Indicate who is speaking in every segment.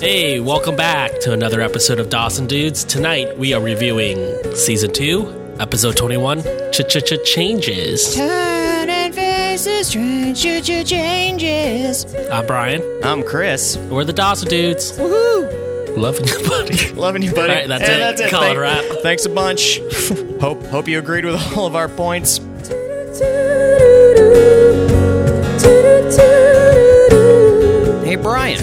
Speaker 1: Hey, welcome back to another episode of Dawson Dudes. Tonight we are reviewing season two, episode twenty-one, Ch Ch Ch Changes.
Speaker 2: Turn and faces, strange changes.
Speaker 1: I'm Brian.
Speaker 3: I'm Chris.
Speaker 1: We're the Dawson Dudes.
Speaker 2: Woohoo!
Speaker 1: Loving you, buddy.
Speaker 3: Loving you, buddy.
Speaker 1: All right, that's
Speaker 3: And
Speaker 1: it.
Speaker 3: That's it.
Speaker 1: Call it a wrap.
Speaker 3: Thanks a bunch. hope hope you agreed with all of our points. Hey, Brian.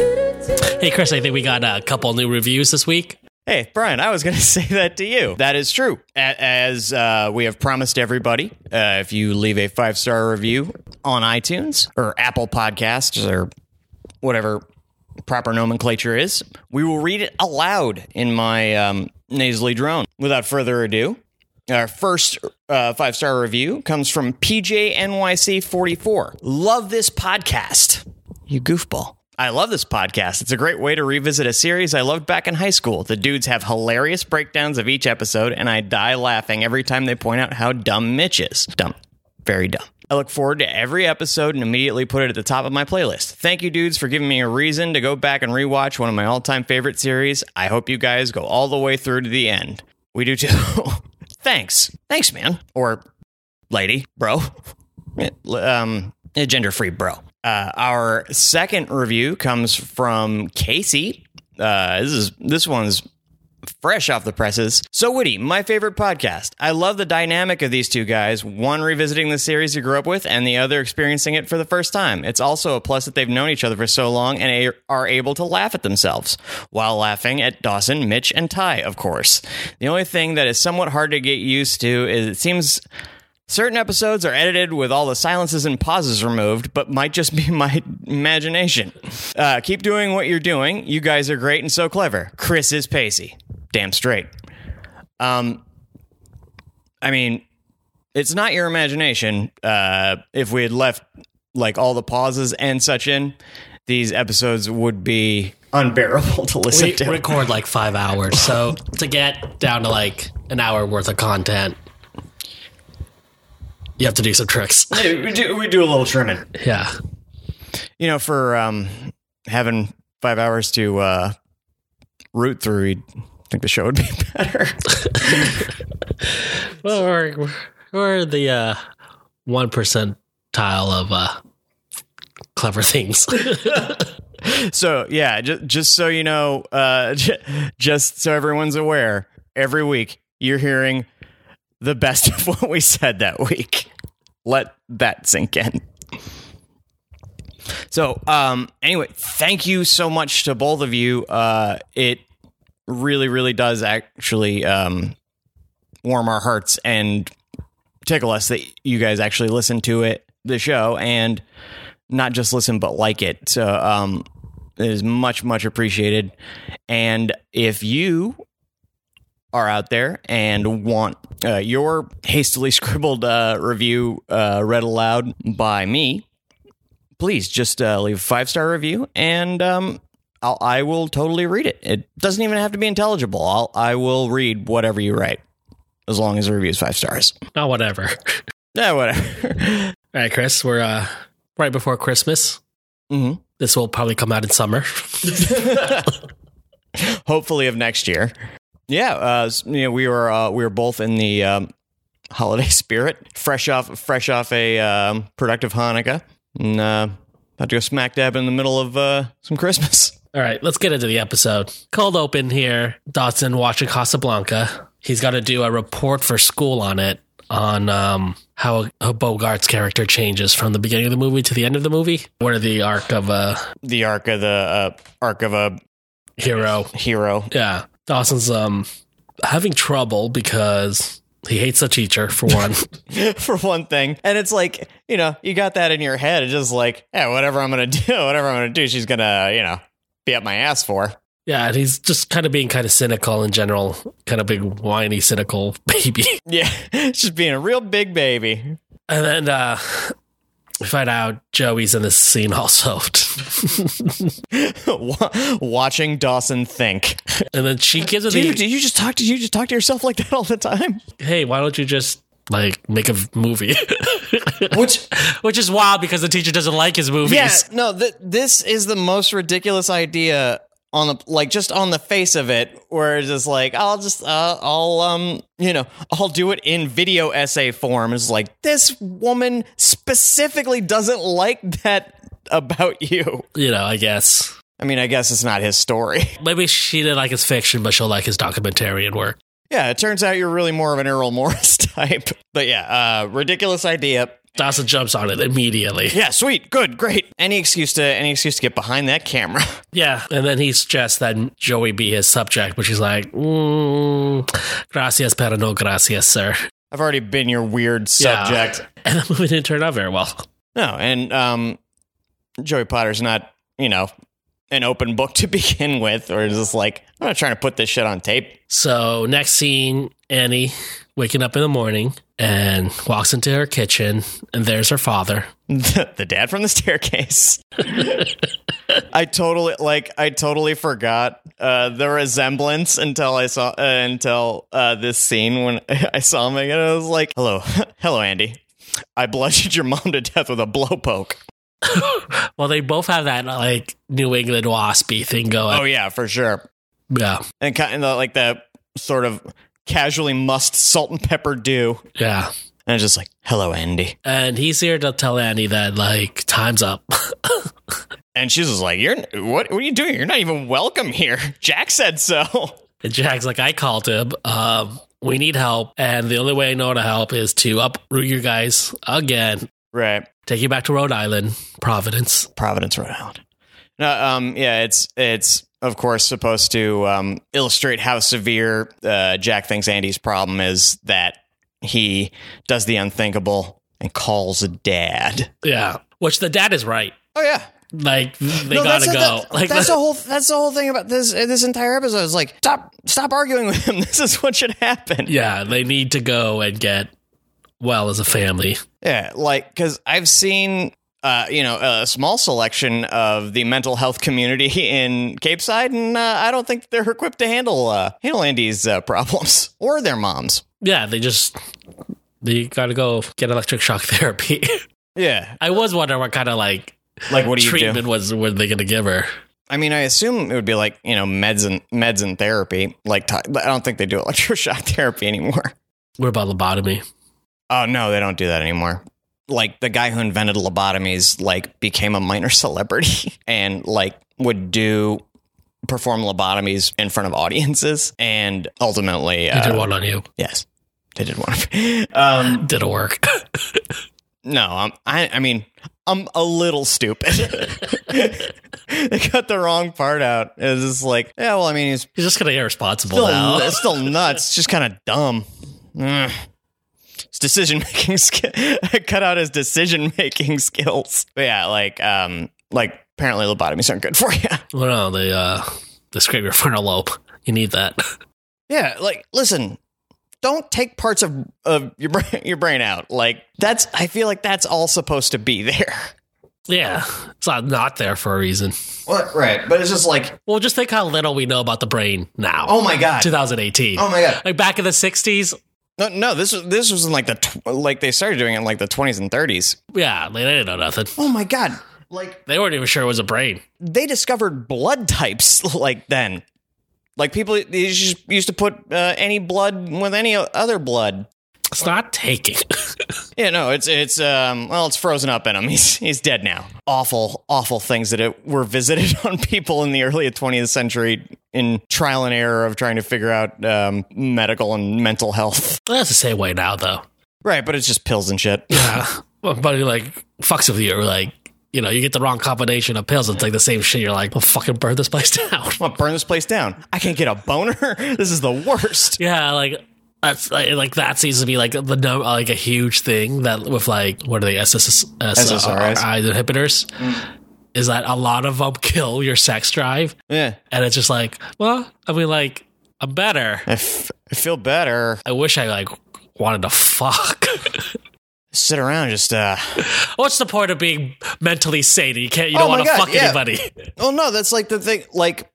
Speaker 1: Hey, Chris. I think we got a couple new reviews this week.
Speaker 3: Hey, Brian. I was going to say that to you. That is true. A- As uh, we have promised everybody, uh, if you leave a five star review on iTunes or Apple Podcasts or whatever proper nomenclature is, we will read it aloud in my um, nasally drone. Without further ado, our first uh, five star review comes from PJNYC44. Love this podcast. You goofball. I love this podcast. It's a great way to revisit a series I loved back in high school. The dudes have hilarious breakdowns of each episode, and I die laughing every time they point out how dumb Mitch is. Dumb. Very dumb. I look forward to every episode and immediately put it at the top of my playlist. Thank you, dudes, for giving me a reason to go back and rewatch one of my all time favorite series. I hope you guys go all the way through to the end. We do too. Thanks. Thanks, man. Or lady, bro. Um, gender free, bro. Uh, our second review comes from Casey. Uh, this is this one's fresh off the presses. So Woody, my favorite podcast. I love the dynamic of these two guys, one revisiting the series you grew up with and the other experiencing it for the first time. It's also a plus that they've known each other for so long and a- are able to laugh at themselves while laughing at Dawson, Mitch, and Ty, of course. The only thing that is somewhat hard to get used to is it seems Certain episodes are edited with all the silences and pauses removed, but might just be my imagination. Uh, keep doing what you're doing. You guys are great and so clever. Chris is pacey. Damn straight. Um, I mean, it's not your imagination. Uh, if we had left like all the pauses and such in, these episodes would be unbearable to listen
Speaker 1: We
Speaker 3: to.
Speaker 1: record like five hours, so to get down to like an hour worth of content, you have to do some tricks.
Speaker 3: we, do, we do a little trimming.
Speaker 1: yeah.
Speaker 3: you know, for um, having five hours to uh, root through, you'd think the show would be better.
Speaker 1: Well, we're, we're- we're the uh, one percentile of uh, clever things.
Speaker 3: so, yeah, just, just so you know, uh, j- just so everyone's aware, every week you're hearing the best of what we said that week. Let that sink in. So, um, anyway, thank you so much to both of you. Uh, it really, really does actually um, warm our hearts and tickle us that you guys actually listen to it, the show, and not just listen but like it. So, um, it is much, much appreciated. And if you are out there and want uh, your hastily scribbled uh, review uh, read aloud by me, please just uh, leave a five star review and um, I'll, I will totally read it. It doesn't even have to be intelligible. I'll, I will read whatever you write as long as the review is five stars.
Speaker 1: Not whatever.
Speaker 3: Yeah, whatever.
Speaker 1: All right, Chris, we're uh, right before Christmas.
Speaker 3: hmm
Speaker 1: This will probably come out in summer.
Speaker 3: Hopefully of next year. Yeah, uh, s- you know, we were uh, we were both in the um, holiday spirit, fresh off fresh off a um, productive Hanukkah, and uh, about to go smack dab in the middle of uh, some Christmas.
Speaker 1: All right, let's get into the episode. Cold open here. Dawson watching Casablanca. He's got to do a report for school on it on um, how, how Bogart's character changes from the beginning of the movie to the end of the movie. What are the arc of a
Speaker 3: The arc of the uh, arc of a
Speaker 1: hero?
Speaker 3: hero.
Speaker 1: Yeah. Dawson's um having trouble because he hates the teacher for one.
Speaker 3: for one thing. And it's like, you know, you got that in your head. It's just like, yeah, whatever I'm going to do, whatever I'm going to do, she's going to, you know, be up my ass for.
Speaker 1: yeah, and he's just kind of being kind of cynical in general, kind of big whiny cynical baby.
Speaker 3: Yeah. She's being a real big baby.
Speaker 1: And then uh we find out Joey's in this scene also.
Speaker 3: Wa- Watching Dawson think.
Speaker 1: and then she gives it
Speaker 3: Dude,
Speaker 1: the
Speaker 3: do you just talk to you just talk to yourself like that all the time?
Speaker 1: hey, why don't you just like make a v- movie?
Speaker 3: Which
Speaker 1: Which is wild because the teacher doesn't like his movies.
Speaker 3: Yeah, no, th- this is the most ridiculous idea on the like just on the face of it where it's just like i'll just uh, i'll um you know i'll do it in video essay form it's like this woman specifically doesn't like that about you
Speaker 1: You know, I guess.
Speaker 3: i mean i guess it's not his story
Speaker 1: Maybe she didn't like his fiction, but she'll like his documentarian work.
Speaker 3: yeah it turns out you're really more of an earl morris type but yeah uh ridiculous idea
Speaker 1: Dawson jumps on it immediately.
Speaker 3: yeah sweet good great any excuse to any excuse to get behind that camera
Speaker 1: Yeah. And then he suggests that Joey be his subject, but she's like, mm, gracias, pero no gracias, sir.
Speaker 3: i've already been your weird
Speaker 1: Yeah.
Speaker 3: subject
Speaker 1: And the movie didn't turn out very well.
Speaker 3: No, and um, Joey Potter's not, you know, an open book to begin with, or just like, I'm not trying to put this shit on tape.
Speaker 1: So next scene, Annie waking up in the morning and walks into her kitchen, and there's her father.
Speaker 3: The, the dad from the staircase. I totally like. I totally forgot uh, the resemblance until I saw uh, until uh, this scene when I saw him again. I was like, "Hello, hello, Andy. I bludgeoned your mom to death with a blowpoke."
Speaker 1: Well, they both have that like New England waspy thing going.
Speaker 3: Oh yeah, for sure.
Speaker 1: Yeah,
Speaker 3: And kind of like the sort of casually must salt and pepper do.
Speaker 1: yeah.
Speaker 3: And it's just like, hello, Andy.
Speaker 1: And he's here to tell Annie that like time's up.
Speaker 3: And she's just like, you're what, what are you doing? You're not even welcome here. Jack said so.
Speaker 1: and Jack's like, I called him. Um, we need help, and the only way I know to help is to uproot you guys again,
Speaker 3: Right.
Speaker 1: take you back to Rhode Island, Providence.
Speaker 3: Providence, Rhode Island. No, um, yeah, it's, it's, of course, supposed to um, illustrate how severe uh, Jack thinks Andy's problem is that he does the unthinkable and calls a dad.
Speaker 1: Yeah, which the dad is right.
Speaker 3: Oh, yeah.
Speaker 1: Like they
Speaker 3: No,
Speaker 1: gotta
Speaker 3: that's
Speaker 1: go.
Speaker 3: the- that-
Speaker 1: like
Speaker 3: that's the whole that's the whole thing about this this entire episode is like stop stop arguing with him. This is what should happen.
Speaker 1: Yeah, they need to go and get well as a family.
Speaker 3: Yeah, like because I've seen. Uh, you know, a small selection of the mental health community in Cape Side, and uh, I don't think they're equipped to handle uh, handle Andy's uh, problems or their moms.
Speaker 1: Yeah, they just they gotta go get electric shock therapy.
Speaker 3: Yeah,
Speaker 1: I was wondering what kind of like
Speaker 3: like what do you
Speaker 1: treatment
Speaker 3: do?
Speaker 1: was were they gonna give her?
Speaker 3: I mean, I assume it would be like you know meds and meds and therapy. Like t- I don't think they do electroshock therapy anymore.
Speaker 1: What about lobotomy?
Speaker 3: Oh no, they don't do that anymore. Like the guy who invented lobotomies, like became a minor celebrity and like would do perform lobotomies in front of audiences, and ultimately,
Speaker 1: They did
Speaker 3: uh,
Speaker 1: one on you.
Speaker 3: yes, they did one. um,
Speaker 1: Didn't work.
Speaker 3: no, I'm, I, I mean, I'm a little stupid. they cut the wrong part out. It's just like, yeah, well, I mean, he's
Speaker 1: He's just kind of irresponsible
Speaker 3: still
Speaker 1: now.
Speaker 3: it's still nuts. Just kind of dumb. Ugh. His decision making skill. I cut out his decision making skills. But yeah, like um, like apparently lobotomies aren't good for you.
Speaker 1: Well, no, they uh they scrape your frontal lobe. You need that.
Speaker 3: Yeah, like listen, don't take parts of of your brain, your brain out. Like that's I feel like that's all supposed to be there.
Speaker 1: Yeah, it's not not there for a reason.
Speaker 3: What? Right, but it's just like
Speaker 1: Well, just think how little we know about the brain now.
Speaker 3: Oh my god,
Speaker 1: 2018.
Speaker 3: my god.
Speaker 1: Like back in the 60s,
Speaker 3: No, no, this was this was in like the tw- like they started doing it in like the twenties and thirties.
Speaker 1: yeah, they didn't know nothing.
Speaker 3: Oh my god, like
Speaker 1: They weren't even sure it was a brain.
Speaker 3: they discovered blood types like then. Like people they just used to put uh, any blood with any o- other blood.
Speaker 1: It's not taking.
Speaker 3: Yeah, no, it's it's um well, it's frozen up in him. He's he's dead now. Awful, awful things that it, were visited on people in the early 20th century in trial and error of trying to figure out um, medical and mental health.
Speaker 1: That's the same way now, though.
Speaker 3: Right, but it's just pills and shit.
Speaker 1: Yeah. My buddy, like, fucks with you. or, Like, you know, you get the wrong combination of pills. It's like the same shit. You're like, well, fucking burn this place down.
Speaker 3: I'm gonna burn this place down. I can't get a boner. this is the worst.
Speaker 1: yeah. Like, that's like, like that seems to be like the no, like a huge thing that with like what are they SSRIs
Speaker 3: SSRIs.
Speaker 1: uh, inhibitors
Speaker 3: Mm.
Speaker 1: is that a lot of them kill your sex drive
Speaker 3: Yeah,
Speaker 1: and it's just like well I mean like I'm better
Speaker 3: I, f- I feel better.
Speaker 1: I wish I like wanted to fuck.
Speaker 3: Sit around, just uh,
Speaker 1: What's the point of being mentally sane? You can't. You don't
Speaker 3: Oh my
Speaker 1: want to
Speaker 3: God,
Speaker 1: fuck
Speaker 3: yeah.
Speaker 1: anybody.
Speaker 3: Oh no, that's like the thing. Like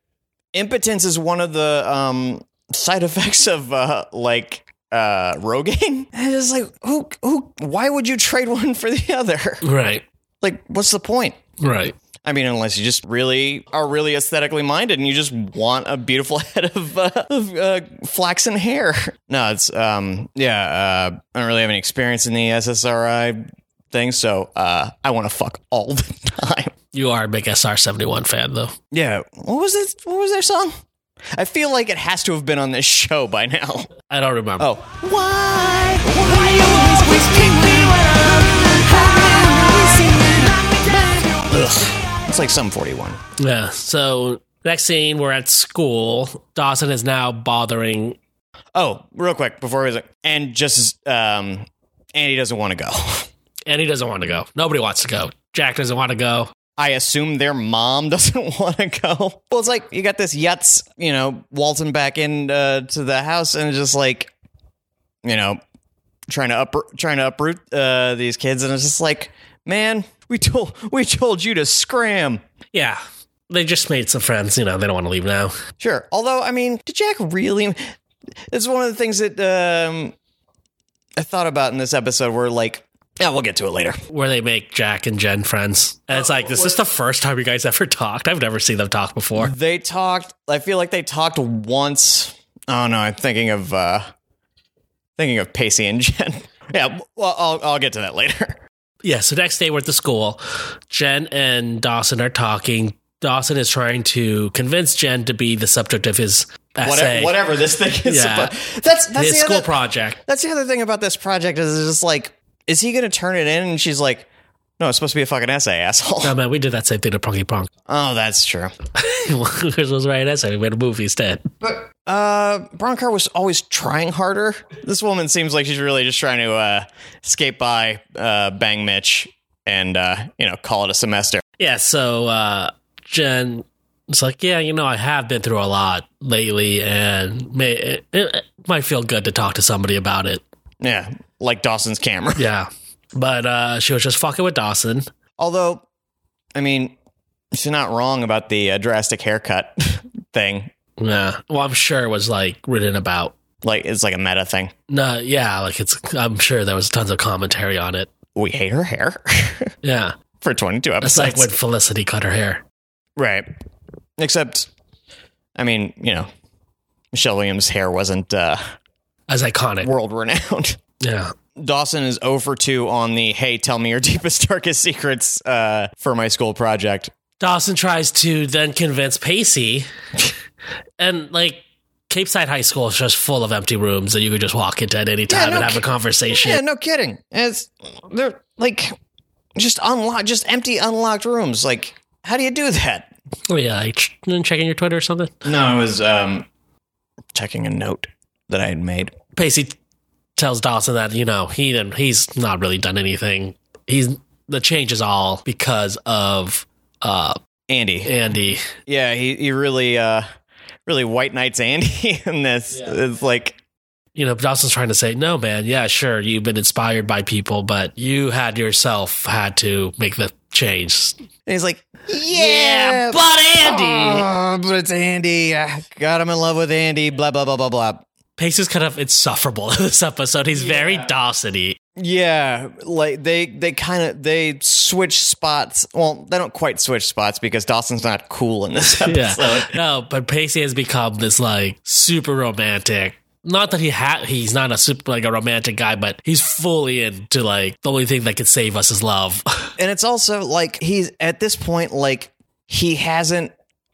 Speaker 3: impotence is one of the um side effects of uh like uh Rogaine. And it's like who who why would you trade one for the other?
Speaker 1: Right.
Speaker 3: Like what's the point?
Speaker 1: Right.
Speaker 3: I mean, unless you just really are really aesthetically minded and you just want a beautiful head of, uh, of uh, flaxen hair. No, it's um, yeah. Uh, I don't really have any experience in the SSRI thing, so uh, I want to fuck all the time.
Speaker 1: You are a big SR71 fan, though.
Speaker 3: Yeah. What was it? What was their song? I feel like it has to have been on this show by now.
Speaker 1: I don't remember.
Speaker 3: Oh,
Speaker 2: Why? Why you always kick me when I'm high?
Speaker 3: ugh. It's like some 41.
Speaker 1: Yeah. So next scene, we're at school. Dawson is now bothering.
Speaker 3: Oh, real quick before we and just um, Andy doesn't want to go.
Speaker 1: And he doesn't want to go. Nobody wants to go. Jack doesn't want to go.
Speaker 3: I assume their mom doesn't want to go. Well, it's like you got this Yutz, you know, waltzing back in uh, to the house and just like, you know, trying to up trying to uproot uh, these kids, and it's just like, man, we told we told you to scram.
Speaker 1: Yeah. They just made some friends. You know, they don't want to leave now.
Speaker 3: Sure. Although, I mean, did Jack really? It's one of the things that um, I thought about in this episode. Where like, yeah, we'll get to it later.
Speaker 1: Where they make Jack and Jen friends. And it's like, this is the first time you guys ever talked. I've never seen them talk before.
Speaker 3: They talked. I feel like they talked once. Oh no, I'm thinking of uh, thinking of Pacey and Jen. yeah. Well, I'll I'll get to that later.
Speaker 1: Yeah, so next day we're at the school. Jen and Dawson are talking. Dawson is trying to convince Jen to be the subject of his essay,
Speaker 3: Whatever, whatever this thing is.
Speaker 1: Yeah.
Speaker 3: About. That's that's
Speaker 1: his
Speaker 3: the
Speaker 1: school
Speaker 3: other,
Speaker 1: project.
Speaker 3: That's the other thing about this project is it's just like, is he going to turn it in? And she's like, no, it's supposed to be a fucking essay, asshole.
Speaker 1: Oh man, we did that same thing to Punky Punk.
Speaker 3: oh, that's true.
Speaker 1: Chris was right essay. We made a movie instead.
Speaker 3: Uh, Broncar was always trying harder. This woman seems like she's really just trying to uh, skate by, uh, bang Mitch, and uh, you know, call it a semester.
Speaker 1: Yeah, so uh, Jen was like, "Yeah, you know, I have been through a lot lately, and may, it, it might feel good to talk to somebody about it."
Speaker 3: Yeah, like Dawson's camera.
Speaker 1: Yeah, but uh, she was just fucking with Dawson.
Speaker 3: Although, I mean, she's not wrong about the uh, drastic haircut thing.
Speaker 1: Yeah, well, I'm sure it was like written about.
Speaker 3: Like, it's like a meta thing.
Speaker 1: No, yeah, like it's. I'm sure there was tons of commentary on it.
Speaker 3: We hate her hair
Speaker 1: Yeah,
Speaker 3: for 22 episodes.
Speaker 1: it's like when Felicity cut her hair.
Speaker 3: Right. Except, I mean, you know, Michelle Williams' hair wasn't uh,
Speaker 1: As iconic.
Speaker 3: world renowned.
Speaker 1: Yeah.
Speaker 3: Dawson is 0 for 2 on the hey, tell me your deepest, darkest secrets uh, for my school project.
Speaker 1: Dawson tries to then convince Pacey, and like Cape Side High School is just full of empty rooms that you could just walk into at any time
Speaker 3: no
Speaker 1: and have a
Speaker 3: kid-
Speaker 1: conversation.
Speaker 3: Yeah, no kidding. It's they're like just unlocked, just empty, unlocked rooms. Like, how do you do that?
Speaker 1: Oh yeah, like, ch- checking your Twitter or something.
Speaker 3: No, I was um, checking a note that I had made.
Speaker 1: Pacey tells Dawson that you know he didn't, he's not really done anything. He's the change is all because of uh
Speaker 3: Andy.
Speaker 1: Andy.
Speaker 3: Yeah, he, he really uh really white knights Andy in this. It's like
Speaker 1: You know, Dawson's trying to say, no, man, yeah, sure, you've been inspired by people, but you had yourself had to make the change.
Speaker 3: and he's like, Yeah,
Speaker 1: but Andy.
Speaker 3: oh, but it's Andy. I got him in love with Andy, blah blah blah blah blah.
Speaker 1: Pace is kind of insufferable in this episode. He's very Dawson-y.
Speaker 3: Yeah, like they they kind of they switch spots. Well, they don't quite switch spots because Dawson's not cool in this
Speaker 1: Yeah.
Speaker 3: episode.
Speaker 1: no, but Pacey has become this like super romantic. Not that he ha- he's not a super like a romantic guy, but he's fully into like the only thing that could save us is love.
Speaker 3: And it's also like he's at this point like he hasn't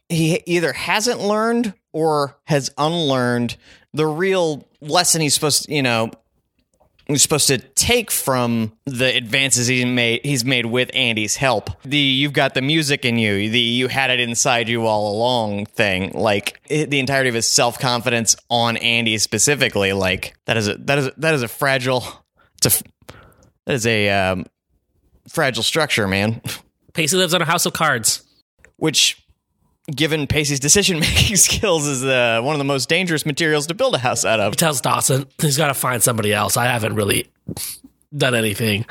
Speaker 3: he either hasn't learned or has unlearned the real lesson he's supposed to, you know he's supposed to take from the advances he made he's made with Andy's help. The you've got the music in you, the you had it inside you all along thing. Like it, the entirety of his self-confidence on Andy specifically like that is a that is a, that is a fragile it's a f- that is a um, fragile structure, man.
Speaker 1: Pacey lives on a house of cards.
Speaker 3: Which, given Pacey's decision making skills, is uh, one of the most dangerous materials to build a house out of.
Speaker 1: He tells Dawson he's got to find somebody else. I haven't really done anything.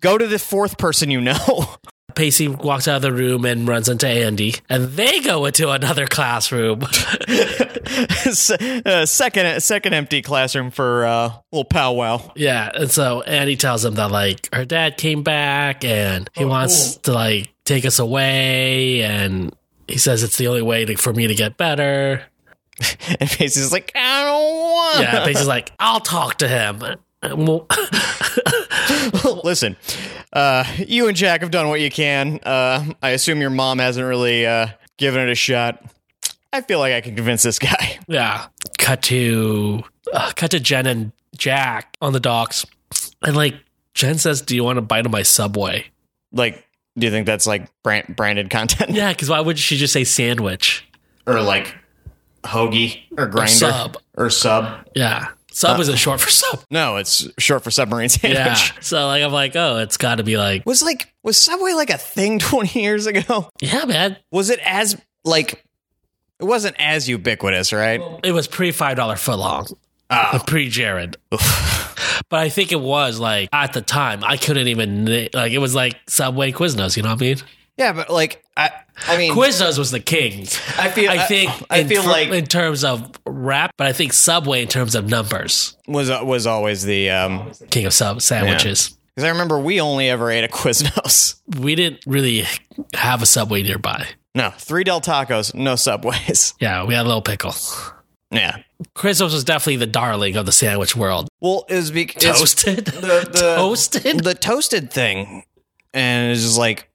Speaker 3: Go to the fourth person you know.
Speaker 1: Pacey walks out of the room and runs into Andy, and they go into another classroom.
Speaker 3: S- uh, second, second empty classroom for uh, little powwow.
Speaker 1: Yeah, and so Annie tells him that like her dad came back and he wants to like take us away. And he says it's the only way to, for me to get better.
Speaker 3: And Pacey's like, I don't want.
Speaker 1: Yeah, Pacey's like, I'll talk to him. Well,
Speaker 3: Listen, uh, you and Jack have done what you can. Uh, I assume your mom hasn't really uh, given it a shot. I feel like I can convince this guy.
Speaker 1: yeah. Cut to uh, cut to Jen and Jack on the docks, and like Jen says, "Do you want a bite of my subway?"
Speaker 3: Like, do you think that's like brand- branded content
Speaker 1: Yeah, because why would she just say sandwich?
Speaker 3: or like hoagie or grinder
Speaker 1: sub.
Speaker 3: or sub?
Speaker 1: Yeah, sub isn't short for sub.
Speaker 3: No, it's short for submarine sandwich.
Speaker 1: Yeah. So like I'm like, oh, it's got to be like,
Speaker 3: Was like was Subway like a thing 20 years ago?
Speaker 1: yeah, man.
Speaker 3: Was it as like it wasn't as ubiquitous, right?
Speaker 1: It was pre five dollar foot long,
Speaker 3: Ah.
Speaker 1: pre Jared. But I think it was like at the time I couldn't even na- like it was like Subway Quiznos. You know what I mean?
Speaker 3: Yeah, but like I I mean
Speaker 1: Quiznos was the king.
Speaker 3: I feel
Speaker 1: I think
Speaker 3: I,
Speaker 1: in
Speaker 3: feel
Speaker 1: ter-
Speaker 3: like
Speaker 1: in terms of rap, but I think Subway in terms of numbers,
Speaker 3: was uh, was always the um
Speaker 1: king of sub sandwiches.
Speaker 3: cuz I remember we only ever ate a Quiznos.
Speaker 1: We didn't really have a Subway nearby.
Speaker 3: No, 3 Del Tacos, no Subways.
Speaker 1: Yeah, we had a little pickle.
Speaker 3: Yeah.
Speaker 1: Quiznos was definitely the darling of the sandwich world.
Speaker 3: Well, it was because
Speaker 1: Toasted,
Speaker 3: the- the-
Speaker 1: toasted.
Speaker 3: the toasted thing and it's just like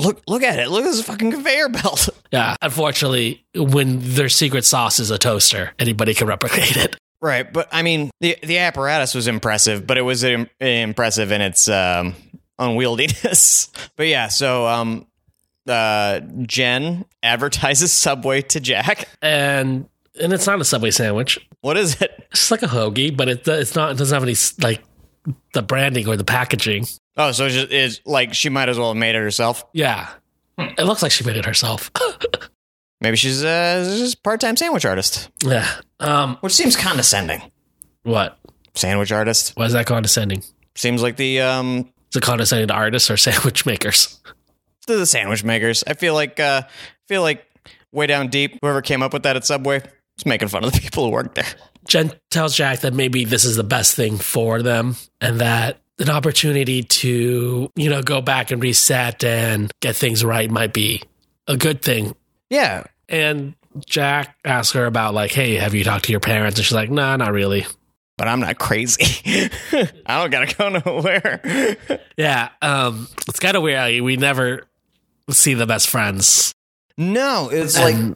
Speaker 3: look look at it. Look at this fucking conveyor belt.
Speaker 1: Yeah, unfortunately, when their secret sauce is a toaster, anybody can replicate it.
Speaker 3: Right, but I mean the the apparatus was impressive, but it was Im- impressive in its um, unwieldiness. but yeah, so um, uh, Jen advertises Subway to Jack.
Speaker 1: And and it's not a subway sandwich.
Speaker 3: What is it?
Speaker 1: It's just like a hoagie, but it it's not. It doesn't have any like the branding or the packaging.
Speaker 3: Oh, so it's, just, it's like she might as well have made it herself.
Speaker 1: Yeah, it looks like she made it herself.
Speaker 3: Maybe she's uh, just part time sandwich artist,
Speaker 1: yeah. Um.
Speaker 3: which seems condescending.
Speaker 1: What?
Speaker 3: Sandwich artist
Speaker 1: Why is that condescending?
Speaker 3: seems like the um
Speaker 1: Is it condescending to artists or sandwich makers?
Speaker 3: the, the sandwich makers. I feel like uh, I feel like way down deep, whoever came up with that at Subway is making fun of the people who work there.
Speaker 1: Jen tells Jack that maybe this is the best thing for them and that an opportunity to, you know, go back and reset and get things right might be a good thing.
Speaker 3: Yeah,
Speaker 1: And Jack asks her about like, hey, have you talked to your parents? And she's like, nah, not really.
Speaker 3: but I'm not crazy. I don't gotta go nowhere.
Speaker 1: Yeah. Um, it's kind of weird. how We never see them as friends.
Speaker 3: no, it's
Speaker 1: And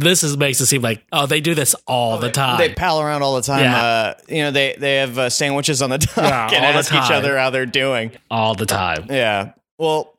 Speaker 1: this is makes it seem like, oh, they do this all the time.
Speaker 3: they pal around all the time.
Speaker 1: Yeah.
Speaker 3: Uh, you know, they they have uh, sandwiches on the dock
Speaker 1: Yeah,
Speaker 3: and
Speaker 1: all the
Speaker 3: ask each
Speaker 1: time.
Speaker 3: other how they're doing.
Speaker 1: all the time.
Speaker 3: Yeah. Well,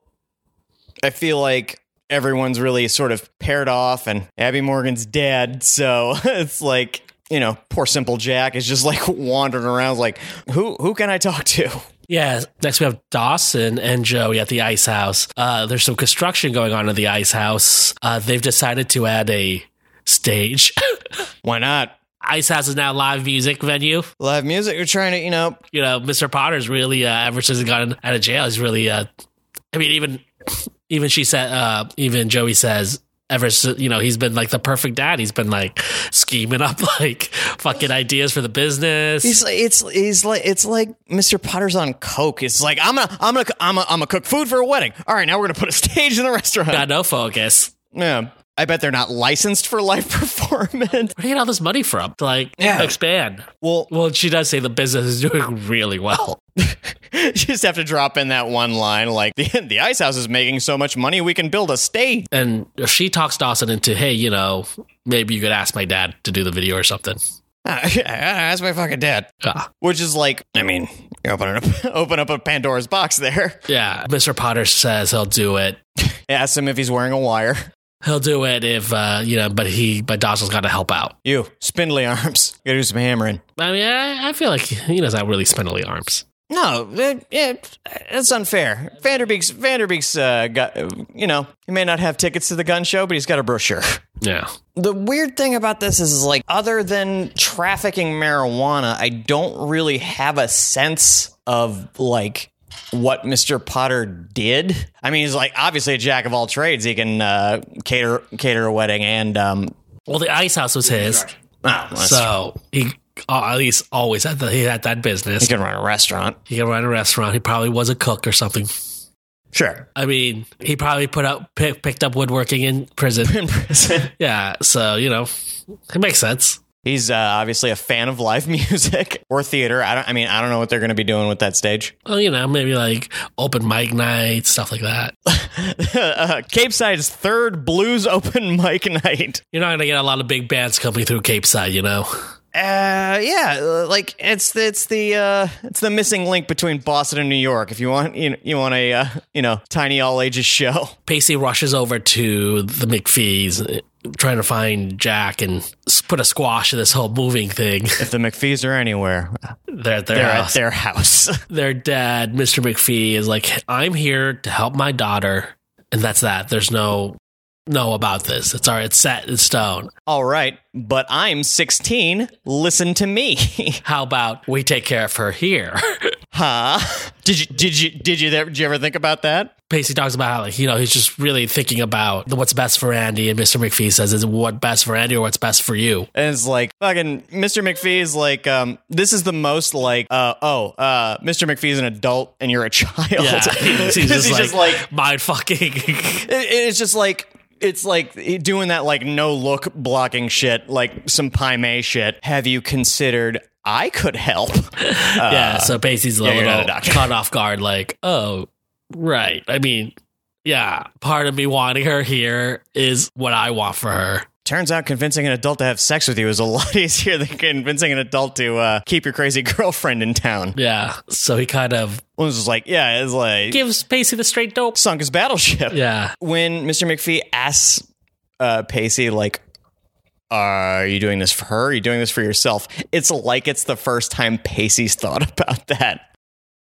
Speaker 3: I feel like everyone's really sort of paired off, and Abby Morgan's dead, so it's like. You know, poor simple Jack is just like wandering around, like who who can I talk to?
Speaker 1: Yeah. Next, we have Dawson and Joey at the ice house. Uh, there's some construction going on at the ice house. Uh, they've decided to add a stage.
Speaker 3: Why not
Speaker 1: ice house is now a live music venue.
Speaker 3: live music? We're trying to, you know,
Speaker 1: You know, Mr. Potter's really uh, ever since he got in- out of jail, he's really. Uh, I mean, even even she said, uh, even Joey says. Ever since you know he's been like the perfect dad, he's been like scheming up like fucking ideas for the business.
Speaker 3: He's like, it's he's like it's like Mr. Potter's on coke. It's like I'm gonna I'm gonna I'm gonna, I'm gonna cook food for a wedding. All right, now we're gonna put a stage in the restaurant.
Speaker 1: got no focus.
Speaker 3: Yeah, I bet they're not licensed for live performance.
Speaker 1: Where do you get all this money from to like
Speaker 3: Yeah.
Speaker 1: expand?
Speaker 3: well,
Speaker 1: Well, she does say the business is doing really well.
Speaker 3: you just have to drop in that one line like the the ice house is making so much money we can build a stage.
Speaker 1: And she talks Dawson into, hey, you know, maybe you could ask my dad to do the video or something.
Speaker 3: Ah, That's my fucking dad.
Speaker 1: Yeah.
Speaker 3: Which is like, I mean, you open up open up a Pandora's box there.
Speaker 1: Yeah. Mr. Potter says he'll do it.
Speaker 3: Ask him if he's wearing a wire.
Speaker 1: He'll do it if, uh, you know, but he, but Dawson's got to help out.
Speaker 3: You spindly arms. Gotta do some hammering.
Speaker 1: I mean, I, I feel like he doesn't have really spindly arms.
Speaker 3: No, it, it, it's unfair. Vanderbeek's Vanderbeek's uh, got you know he may not have tickets to the gun show, but he's got a brochure.
Speaker 1: Yeah.
Speaker 3: The weird thing about this is like other than trafficking marijuana, I don't really have a sense of like what Mr. Potter did. I mean, he's like obviously a jack of all trades. He can uh, cater cater a wedding and um.
Speaker 1: Well, the ice house was his.
Speaker 3: ah, let's-
Speaker 1: So he, uh, at least always had, the, he had that
Speaker 3: he
Speaker 1: business.
Speaker 3: can run a restaurant.
Speaker 1: He could run a restaurant. He probably was a cook or something.
Speaker 3: Sure.
Speaker 1: I mean, he probably put up pick, picked up woodworking in prison.
Speaker 3: In prison.
Speaker 1: yeah, so you know, it makes sense.
Speaker 3: He's uh, obviously a fan of live music or theater. I don't. I mean, I don't know what they're going to be doing with that stage.
Speaker 1: Well, you know, maybe like open mic night, stuff like that.
Speaker 3: uh, Cape Side's third blues open mic night.
Speaker 1: You're not gonna get a lot of big bands coming through Cape Side, you know.
Speaker 3: Uh, yeah, uh, like it's it's the uh, it's the missing link between Boston and New York. If you want you, you want a uh, you know tiny all ages show.
Speaker 1: Pacey rushes over to the McPhees, uh, trying to find Jack and s- put a squash in this whole moving thing.
Speaker 3: If the McPhees are anywhere,
Speaker 1: they're
Speaker 3: they're
Speaker 1: they're
Speaker 3: at their house.
Speaker 1: their dad, Mr. McPhee, is like, I'm here to help my daughter, and that's that. There's no no about this. It's all right, it's set in stone.
Speaker 3: all right, but I'm 16. Listen to me.
Speaker 1: How about we take care of her here?
Speaker 3: huh? Did you did you did you did you ever think about that?
Speaker 1: Pacey talks about how, like, you know, he's just really thinking about the- what's best for Andy, and Mr. McPhee says, "Is it what best for Andy or what's best for you?"
Speaker 3: And it's like fucking Mr. McPhee is like, um, this is the most like, uh, oh, uh, Mr. McPhee's an adult and you're a child.
Speaker 1: he's,
Speaker 3: 'Cause
Speaker 1: he's just, like,
Speaker 3: it-
Speaker 1: mind fucking.
Speaker 3: it's just like. It's like doing that like no look blocking shit, like some pie may shit. Have you considered I could help? Uh,
Speaker 1: yeah, so Pacey's a
Speaker 3: yeah, you're not
Speaker 1: little
Speaker 3: a doctor.
Speaker 1: caught off guard, like, oh, right. I mean, yeah, part of me wanting her here is what I want for her.
Speaker 3: Turns out convincing an adult to have sex with you is a lot easier than convincing an adult to uh, keep your crazy girlfriend in town.
Speaker 1: Yeah, so he kind of
Speaker 3: It was just like, yeah, it's like
Speaker 1: gives Pacey the straight dope.
Speaker 3: sunk his battleship.
Speaker 1: Yeah,
Speaker 3: when Mr. McPhee asks uh, Pacey, like, are you doing this for her? Are you doing this for yourself? It's like it's the first time Pacey's thought about that.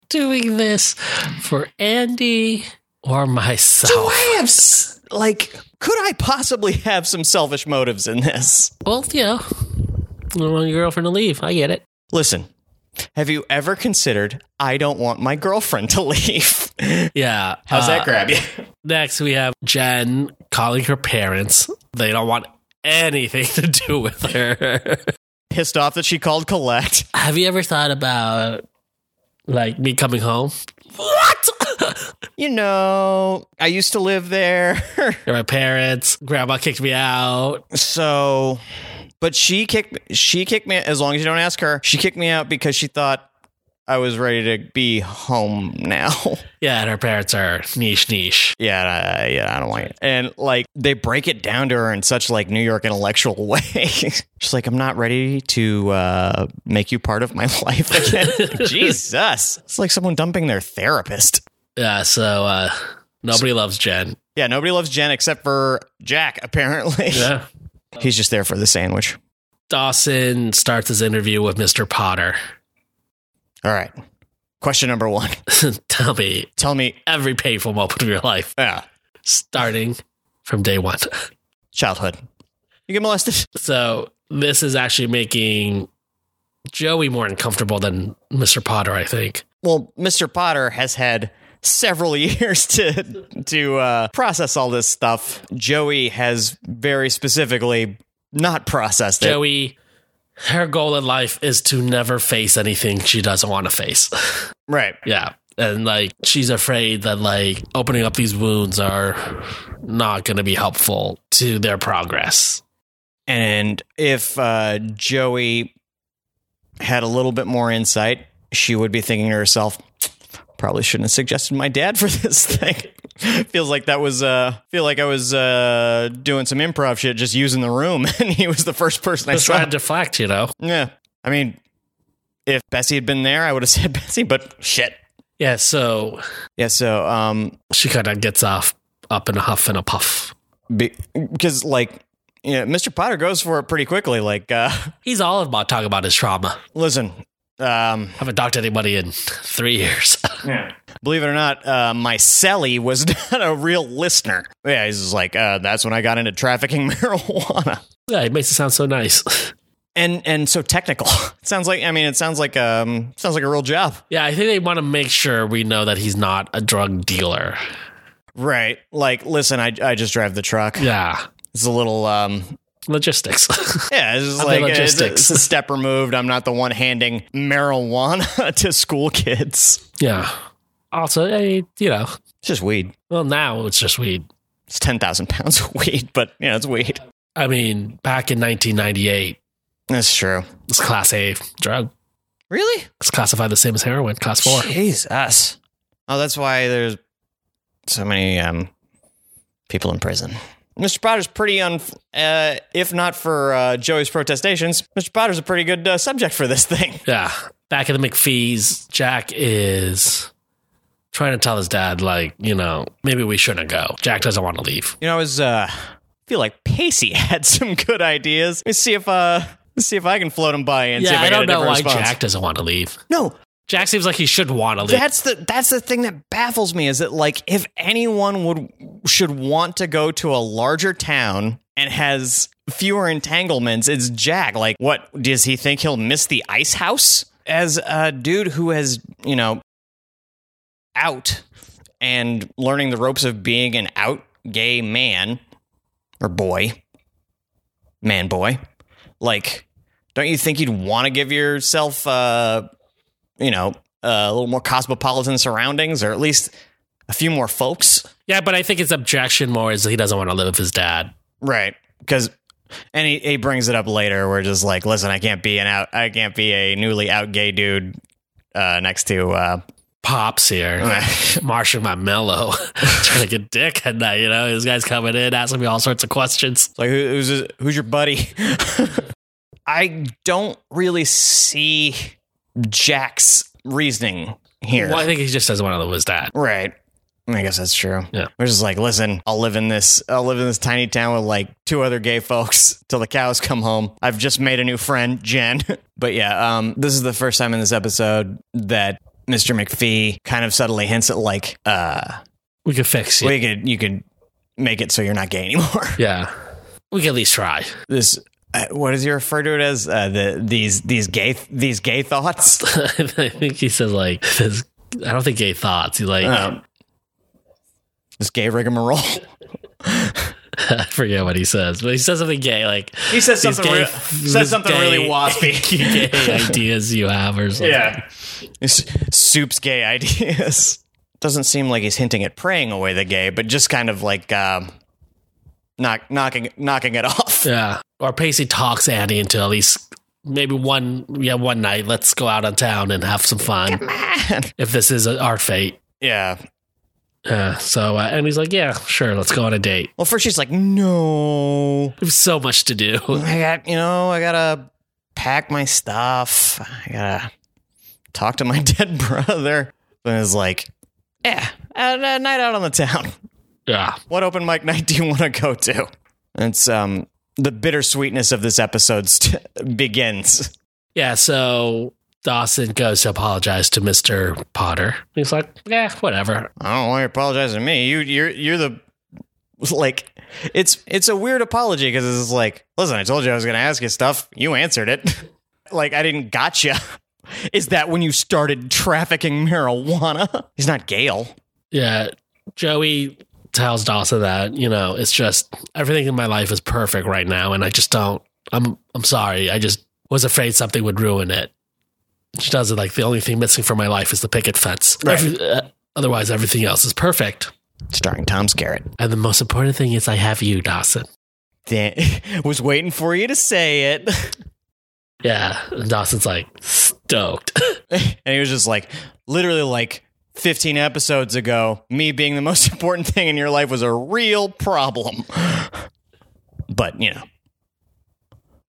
Speaker 1: doing this for Andy or
Speaker 3: Do
Speaker 1: myself.
Speaker 3: I have, s- like, could I possibly have some selfish motives in this?
Speaker 1: Well, you know, I don't want your girlfriend to leave. I get it.
Speaker 3: Listen, have you ever considered I don't want my girlfriend to leave?
Speaker 1: Yeah.
Speaker 3: How's
Speaker 1: uh,
Speaker 3: that grab you?
Speaker 1: Next, we have Jen calling her parents. They don't want anything to do with her.
Speaker 3: Pissed off that she called collect.
Speaker 1: Have you ever thought about like me coming home? What?
Speaker 3: You know, I used to live there.
Speaker 1: You're my parents. Grandma kicked me out.
Speaker 3: So, but she kicked she kicked me as long as you don't ask her. She kicked me out because she thought I was ready to be home now.
Speaker 1: Yeah, and her parents are niche niche.
Speaker 3: yeah, I, yeah, I don't want you. And like they break it down to her in such like New York intellectual way. She's like, I'm not ready to uh, make you part of my life again. Jesus, it's like someone dumping their therapist.
Speaker 1: Yeah, so uh nobody loves Jen.
Speaker 3: Yeah, nobody loves Jen except for Jack. Apparently,
Speaker 1: Yeah.
Speaker 3: he's just there for the sandwich.
Speaker 1: Dawson starts his interview with Mr. Potter.
Speaker 3: All right. Question number one.
Speaker 1: Tell me
Speaker 3: Tell me uh,
Speaker 1: every painful moment of your life,
Speaker 3: Yeah.
Speaker 1: starting from day one.
Speaker 3: Childhood. You get molested.
Speaker 1: So this is actually making Joey more uncomfortable than Mr. Potter, I think.
Speaker 3: Well, Mr. Potter has had several years to to uh, process all this stuff. Joey has very specifically not processed it.
Speaker 1: Joey, her goal in life is to never face anything she doesn't want to face.
Speaker 3: Right.
Speaker 1: yeah. And like she's afraid that like opening up these wounds are not going to be helpful to their progress.
Speaker 3: And if uh, Joey had a little bit more insight, she would be thinking to herself, probably shouldn't have suggested my dad for this thing. Feels like that was uh feel like I was uh doing some improv shit just using the room and he was the first person I
Speaker 1: Just
Speaker 3: saw.
Speaker 1: trying to deflect, you know.
Speaker 3: Yeah. I mean, if Bessie had been there, I would have said Bessie, but shit.
Speaker 1: Yeah, so
Speaker 3: Yeah, so um
Speaker 1: she kind of gets off up in a huff and a puff.
Speaker 3: because like yeah, Mr. Potter goes for it pretty quickly. Like, uh
Speaker 1: He's all about talking about his trauma.
Speaker 3: listen, um
Speaker 1: Haven't talked to anybody in three years.
Speaker 3: believe it or not, uh my celly was not a real listener. Yeah, he's just like, uh, that's when I got into trafficking marijuana.
Speaker 1: yeah, it makes it sound so nice.
Speaker 3: And and so technical. It sounds like I mean it sounds like um sounds like a real job.
Speaker 1: yeah, I think they want to make sure we know that he's not a drug dealer.
Speaker 3: Right. Like, listen, I I just drive the truck.
Speaker 1: Yeah,
Speaker 3: It's a little um
Speaker 1: logistics.
Speaker 3: Yeah, it's just
Speaker 1: Other
Speaker 3: like uh, it's,
Speaker 1: logistics.
Speaker 3: it's a step removed. I'm not the one handing marijuana to school kids.
Speaker 1: yeah. Also, I, you know,
Speaker 3: It's just weed.
Speaker 1: Well, now it's just weed.
Speaker 3: It's 10,000 pounds of weed, but yeah, it's weed.
Speaker 1: I mean, back in 1998,
Speaker 3: That's true.
Speaker 1: it's class A drug.
Speaker 3: Really?
Speaker 1: It's classified the same as heroin, class four.
Speaker 3: Jesus. Oh, that's why there's so many um, people in prison. Mr. Potter's pretty un. Uh, if not for uh, Joey's protestations, Mr. Potter's a pretty good uh, subject for this thing.
Speaker 1: Yeah. Back at the McPhee's, Jack is trying to tell his dad, like, you know, maybe we shouldn't go. Jack doesn't want to leave.
Speaker 3: You know, I was. Uh, I feel like Pacey had some good ideas. Let's see if. Uh, let's see if I can float him by and see
Speaker 1: yeah,
Speaker 3: if I,
Speaker 1: I,
Speaker 3: get
Speaker 1: don't
Speaker 3: a
Speaker 1: know
Speaker 3: different
Speaker 1: why
Speaker 3: response.
Speaker 1: Jack doesn't want to leave.
Speaker 3: No,
Speaker 1: Jack seems like he should want to leave.
Speaker 3: That's the that's the thing that baffles me is that like if anyone would should want to go to a larger town and has fewer entanglements, it's Jack. Like, what does he think he'll miss the ice house? As a dude who has you know out and learning the ropes of being an out gay man or boy, man boy, like. Don't you think you'd want to give yourself uh, you know, uh, a little more cosmopolitan surroundings, or at least a few more folks.
Speaker 1: yeah, but I think his objection more is that he doesn't want to live with his dad.
Speaker 3: Right. Because, and he, he brings it up later. We're just like, listen, I can't be an out, I can't be a newly out gay dude uh, next to. Uh,
Speaker 1: Pops here, Marshall my mellow, trying to get dick at night. You know, this guy's coming in asking me all sorts of questions.
Speaker 3: like, who, who's who's your buddy? I don't really see Jack's reasoning here.
Speaker 1: Well, I think he just doesn't want to live with his dad.
Speaker 3: Right. I guess that's true.
Speaker 1: Yeah.
Speaker 3: We're just like, listen, I'll live in this I'll live in this tiny town with like two other gay folks till the cows come home. I've just made a new friend, Jen. but yeah, um, this is the first time in this episode that Mr. McPhee kind of subtly hints at like, uh,
Speaker 1: We could fix you.
Speaker 3: we could you could make it so you're not gay anymore.
Speaker 1: yeah. We could at least try.
Speaker 3: this uh, what does he refer to it as? Uh, the these these gay these gay thoughts.
Speaker 1: I think he says like this. I don't think gay thoughts. He's like,
Speaker 3: Um, this gay rigmarole.
Speaker 1: I forget what he says, but he says something gay, like
Speaker 3: He says
Speaker 1: these
Speaker 3: something
Speaker 1: gay-
Speaker 3: real- says something
Speaker 1: gay-
Speaker 3: really waspy.
Speaker 1: gay ideas you have or something.
Speaker 3: S- Soup's gay ideas. Doesn't seem like he's hinting at praying away the gay, but just kind of like um, knock, knocking knocking it off.
Speaker 1: Yeah. Or Pacey talks Andy into at least maybe one, yeah, one night. Let's go out on town and have some fun. If this is our fate.
Speaker 3: Yeah.
Speaker 1: Yeah. So, uh, and he's like, yeah, sure. Let's go on a date.
Speaker 3: Well, first she's like, "No,
Speaker 1: We have so much to do.
Speaker 3: I got you know, I gotta pack my stuff. I gotta talk to my dead brother." Then it's like, "Yeah, a, a night out on the town.
Speaker 1: Yeah.
Speaker 3: What open mic night do you want to go to?" It's um the bittersweetness of this episode st- begins.
Speaker 1: Yeah. So Dawson goes to apologize to Mr. Potter. He's like, yeah, whatever.
Speaker 3: I don't know why you're apologizing to me. You you're you're the like it's it's a weird apology because it's like, listen, I told you I was gonna ask you stuff. You answered it. like I didn't gotcha. Is that when you started trafficking marijuana? He's not Gail.
Speaker 1: Yeah. Joey tells Dawson that, you know, it's just everything in my life is perfect right now and I just don't I'm I'm sorry. I just was afraid something would ruin it. She does it like the only thing missing from my life is the picket fence.
Speaker 3: Right.
Speaker 1: Every- uh, otherwise everything else is perfect.
Speaker 3: Starring Tom Skerritt.
Speaker 1: And the most important thing is I have you, Dawson.
Speaker 3: Damn, was waiting for you to say it.
Speaker 1: Yeah. And Dawson's like stoked.
Speaker 3: and he was just like, literally like 15 episodes ago, me being the most important thing in your life was a real problem. but, you know,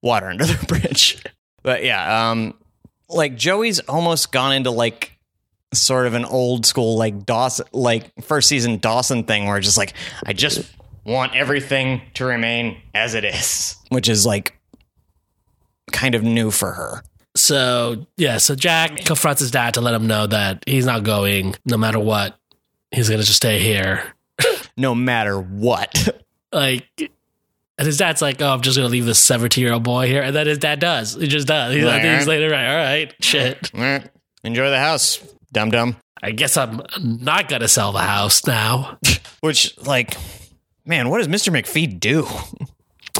Speaker 3: water under the bridge. But yeah, um like Joey's almost gone into like sort of an old school like Dawson like first season Dawson thing where it's just like I just want everything to remain as it is, which is like kind of new for her.
Speaker 1: So yeah, so Jack confronts his dad to let him know that he's not going no matter what. He's gonna just stay here.
Speaker 3: No matter what.
Speaker 1: like and his dad's like, oh, I'm just gonna leave this 17 year old boy here, and then his dad does. He just does. He's like,
Speaker 3: Alright.
Speaker 1: he's later, right? All right, shit.
Speaker 3: All right. Enjoy the house, dum dum.
Speaker 1: I guess I'm not gonna sell the house now.
Speaker 3: Which, like, man, what does Mr. McPhee do?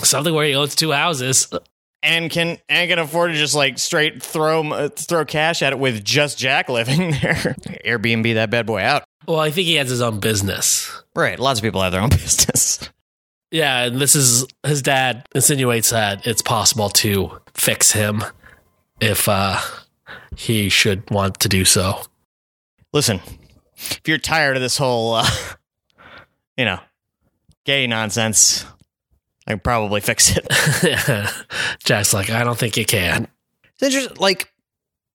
Speaker 1: Something where he owns two houses.
Speaker 3: And can and can afford to just like straight throw m- uh, throw cash at it with just Jack living there. Airbnb that bad boy out.
Speaker 1: Well, I think he has his own business.
Speaker 3: Right. Lots of people have their own business.
Speaker 1: Yeah, and this is his dad insinuates that it's possible to fix him if uh, he should want to do so.
Speaker 3: Listen, if you're tired of this whole, uh, you know, gay nonsense, I can probably fix it.
Speaker 1: Jack's like, I don't think you can.
Speaker 3: It's interesting, like,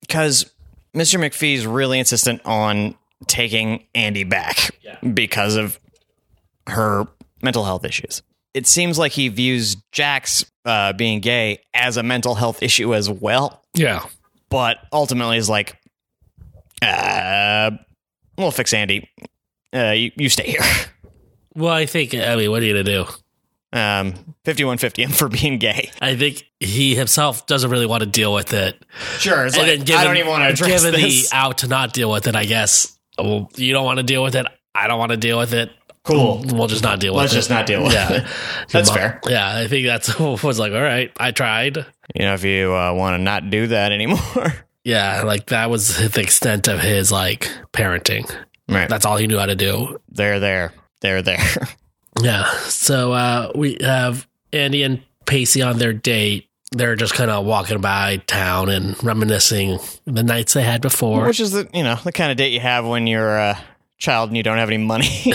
Speaker 3: because Mr. McPhee's really insistent on taking Andy back because of her mental health issues. It seems like he views Jax uh, being gay as a mental health issue as well,
Speaker 1: Yeah,
Speaker 3: but ultimately is like, uh, we'll fix Andy. Uh, you, you stay here.
Speaker 1: Well, I think, I mean, what are you going to do?
Speaker 3: Um, 5150 him for being gay.
Speaker 1: I think he himself doesn't really want to deal with it.
Speaker 3: Sure. It's like, I don't even want to address
Speaker 1: given
Speaker 3: this.
Speaker 1: the out to not deal with it, I guess. Well, you don't want to deal with it. I don't want to deal with it.
Speaker 3: Cool.
Speaker 1: We'll just not deal with
Speaker 3: Let's
Speaker 1: it.
Speaker 3: just not deal with
Speaker 1: yeah.
Speaker 3: it. That's fair.
Speaker 1: Yeah, I think that's was like, all right, I tried.
Speaker 3: You know, if you uh, want to not do that anymore.
Speaker 1: Yeah, like that was the extent of his like parenting.
Speaker 3: right.
Speaker 1: That's all he knew how to do.
Speaker 3: They're there. They're there.
Speaker 1: Yeah. So uh, we have Andy and Pacey on their date. They're just kind of walking by town and reminiscing the nights they had before.
Speaker 3: Which is the you know the kind of date you have when you're a child and you don't have any money.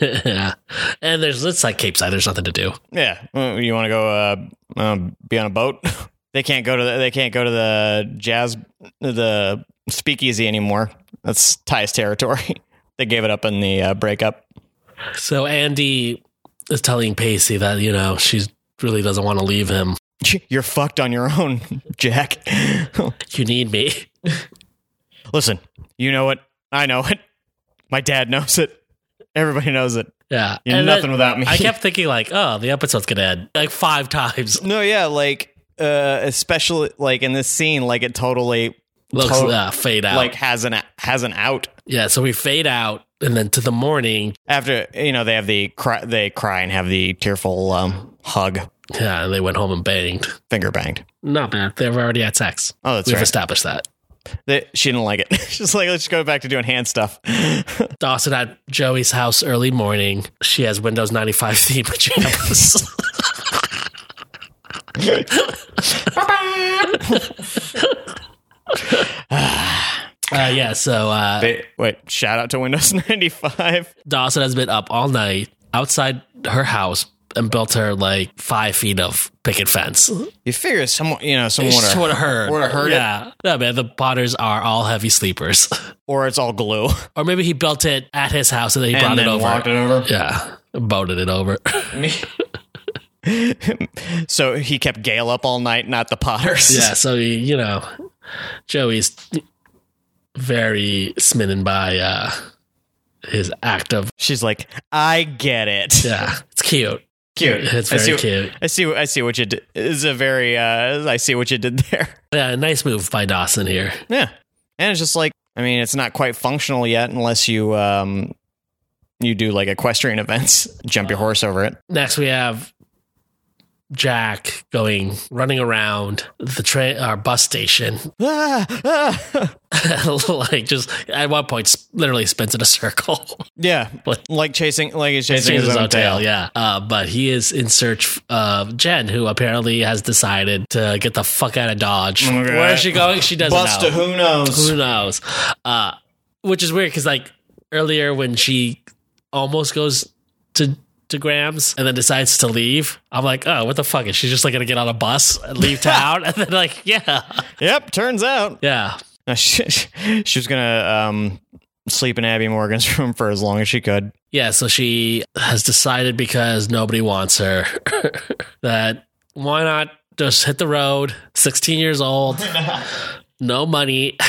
Speaker 1: yeah. And there's it's like Cape Side. There's nothing to do.
Speaker 3: yeah, Uh, you want to go uh, um, be on a boat. they can't go to the, they can't go to the jazz the speakeasy anymore. That's Ty's territory. they gave it up in the uh, breakup.
Speaker 1: So Andy is telling Pacey that you know she really doesn't want to leave him.
Speaker 3: You're fucked on your own, Jack.
Speaker 1: You need me.
Speaker 3: Listen, you know it. I know it. My dad knows it. Everybody knows it.
Speaker 1: Yeah.
Speaker 3: You're
Speaker 1: And
Speaker 3: nothing
Speaker 1: then
Speaker 3: without me.
Speaker 1: I kept thinking like, oh, the episode's gonna end like five times.
Speaker 3: No, yeah, like uh especially like in this scene, like it totally
Speaker 1: Looks
Speaker 3: Tot-
Speaker 1: uh, fade out.
Speaker 3: like has an has an out
Speaker 1: yeah. So we fade out, and then to the morning.
Speaker 3: after you know they have the cry they cry and have the tearful um hug
Speaker 1: Yeah, and they went home and banged.
Speaker 3: finger banged.
Speaker 1: Not bad. They've already had sex.
Speaker 3: Oh, that's
Speaker 1: We've
Speaker 3: right.
Speaker 1: established that.
Speaker 3: They, she didn't like it. She's like, let's go back to doing hand stuff.
Speaker 1: Dawson at Joey's house early morning. She has Windows 95 theme pajamas. uh, yeah, so uh,
Speaker 3: They, wait, shout out to Windows ninety five.
Speaker 1: Dawson has been up all night outside her house and built her like five feet of picket fence.
Speaker 3: You figure someone you know someone
Speaker 1: Just
Speaker 3: would
Speaker 1: would
Speaker 3: have,
Speaker 1: have heard.
Speaker 3: would've heard it.
Speaker 1: yeah. No, man, the Potters are all heavy sleepers.
Speaker 3: or it's all glue.
Speaker 1: or maybe he built it at his house and then he
Speaker 3: And
Speaker 1: brought
Speaker 3: then
Speaker 1: it over.
Speaker 3: walked it over.
Speaker 1: Yeah. Boated it over.
Speaker 3: So he kept Gale up all night, not the Potters.
Speaker 1: yeah. So, he, you know, Joey's very smitten by uh, his act of,
Speaker 3: She's like, I get it.
Speaker 1: yeah, it's cute.
Speaker 3: Cute.
Speaker 1: It's
Speaker 3: I see,
Speaker 1: very cute.
Speaker 3: I see. I see what you did. It's a very. Uh, I see what you did there.
Speaker 1: Yeah. Nice move by Dawson here.
Speaker 3: Yeah, and it's just like. I mean, it's not quite functional yet, unless you um, you do like equestrian events, jump your horse over it.
Speaker 1: Next, we have Jack going running around the train, our bus station,
Speaker 3: Ah, ah.
Speaker 1: like just at one point, s- literally spins in a circle,
Speaker 3: Yeah,
Speaker 1: What?
Speaker 3: like chasing, like he's chasing
Speaker 1: chases
Speaker 3: his,
Speaker 1: his
Speaker 3: own tail.
Speaker 1: Yeah, uh, but he is in search of Jen, who apparently has decided to get the fuck out of Dodge.
Speaker 3: Okay.
Speaker 1: Where is she going? She doesn't
Speaker 3: Busta,
Speaker 1: know.
Speaker 3: who knows?
Speaker 1: Who knows? Uh, which is weird because like earlier when she almost goes to to Graham's and then decides to leave, I'm like, oh, what the fuck is she just like gonna get on a bus and leave town? and then like, yeah,
Speaker 3: Yep, turns out
Speaker 1: yeah,
Speaker 3: No, she, she was gonna um sleep in Abby Morgan's room for as long as she could.
Speaker 1: yeah. So she has decided because nobody wants her that why not just hit the road? 16 years old, no money,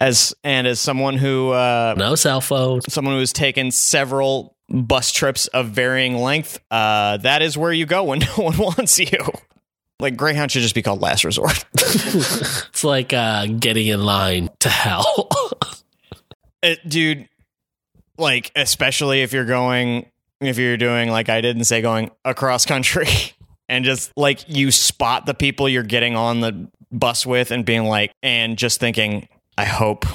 Speaker 3: As and as someone who uh,
Speaker 1: no cell phone.
Speaker 3: someone who's taken several bus trips of varying length, uh, that is where you go when no one wants you. Like Greyhound should just be called last resort.
Speaker 1: It's like uh, getting in line to hell.
Speaker 3: Uh, dude, like especially if you're going if you're doing like I did and say going across country and just like you spot the people you're getting on the bus with and being like and just thinking, I hope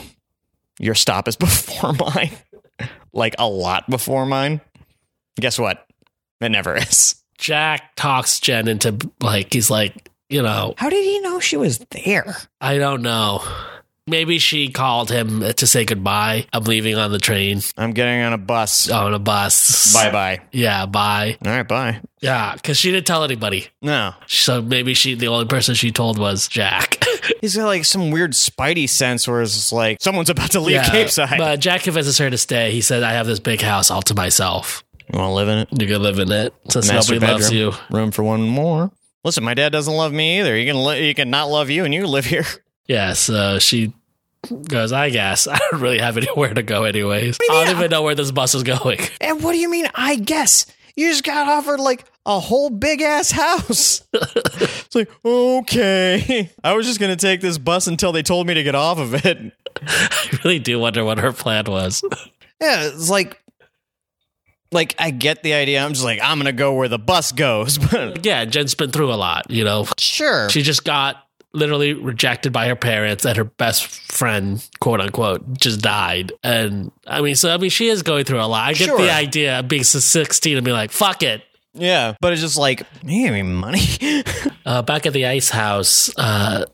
Speaker 3: your stop is before mine. like a lot before mine. Guess what? It never is.
Speaker 1: Jack talks Jen into like he's like, you know,
Speaker 3: How did he know she was there?
Speaker 1: I don't know. Maybe she called him to say goodbye. I'm leaving on the train
Speaker 3: I'm getting on a bus.
Speaker 1: on a bus.
Speaker 3: Bye bye.
Speaker 1: Yeah, bye.
Speaker 3: Uh, All right, bye.
Speaker 1: Yeah, because she didn't tell anybody.
Speaker 3: No.
Speaker 1: So maybe she the only person she told was Jack.
Speaker 3: He's got like some weird spidey sense where it's just like someone's about to leave
Speaker 1: Yeah,
Speaker 3: Cape Side.
Speaker 1: But Jack convinces her to stay. He said, I have this big house all to myself.
Speaker 3: you want to live in it?
Speaker 1: You can live in it since
Speaker 3: Master
Speaker 1: nobody loves
Speaker 3: bedroom.
Speaker 1: you.
Speaker 3: Room for one more. Listen, my dad doesn't love me either. You can li- you can not love you and you live here.
Speaker 1: Yeah, so she goes, I guess. I don't really have anywhere to go, anyways. I don't even know where this bus is going.
Speaker 3: And what do you mean? I guess you just got offered like a whole big ass house. it's like okay, I was just gonna take this bus until they told me to get off of it.
Speaker 1: I really do wonder what her plan was.
Speaker 3: Yeah, it's like. Like I get the idea. I'm just like I'm gonna go where the bus goes, but
Speaker 1: Yeah, Jen's been through a lot, you know.
Speaker 3: sure.
Speaker 1: She just got literally rejected by her parents and her best friend, quote unquote, just died. And I mean, so I mean, she is going through a lot. I get
Speaker 3: Sure.
Speaker 1: the idea of being s- 16 and being like, fuck it.
Speaker 3: Yeah, but it's just like you give me money.
Speaker 1: Uh, back at the ice house, uh,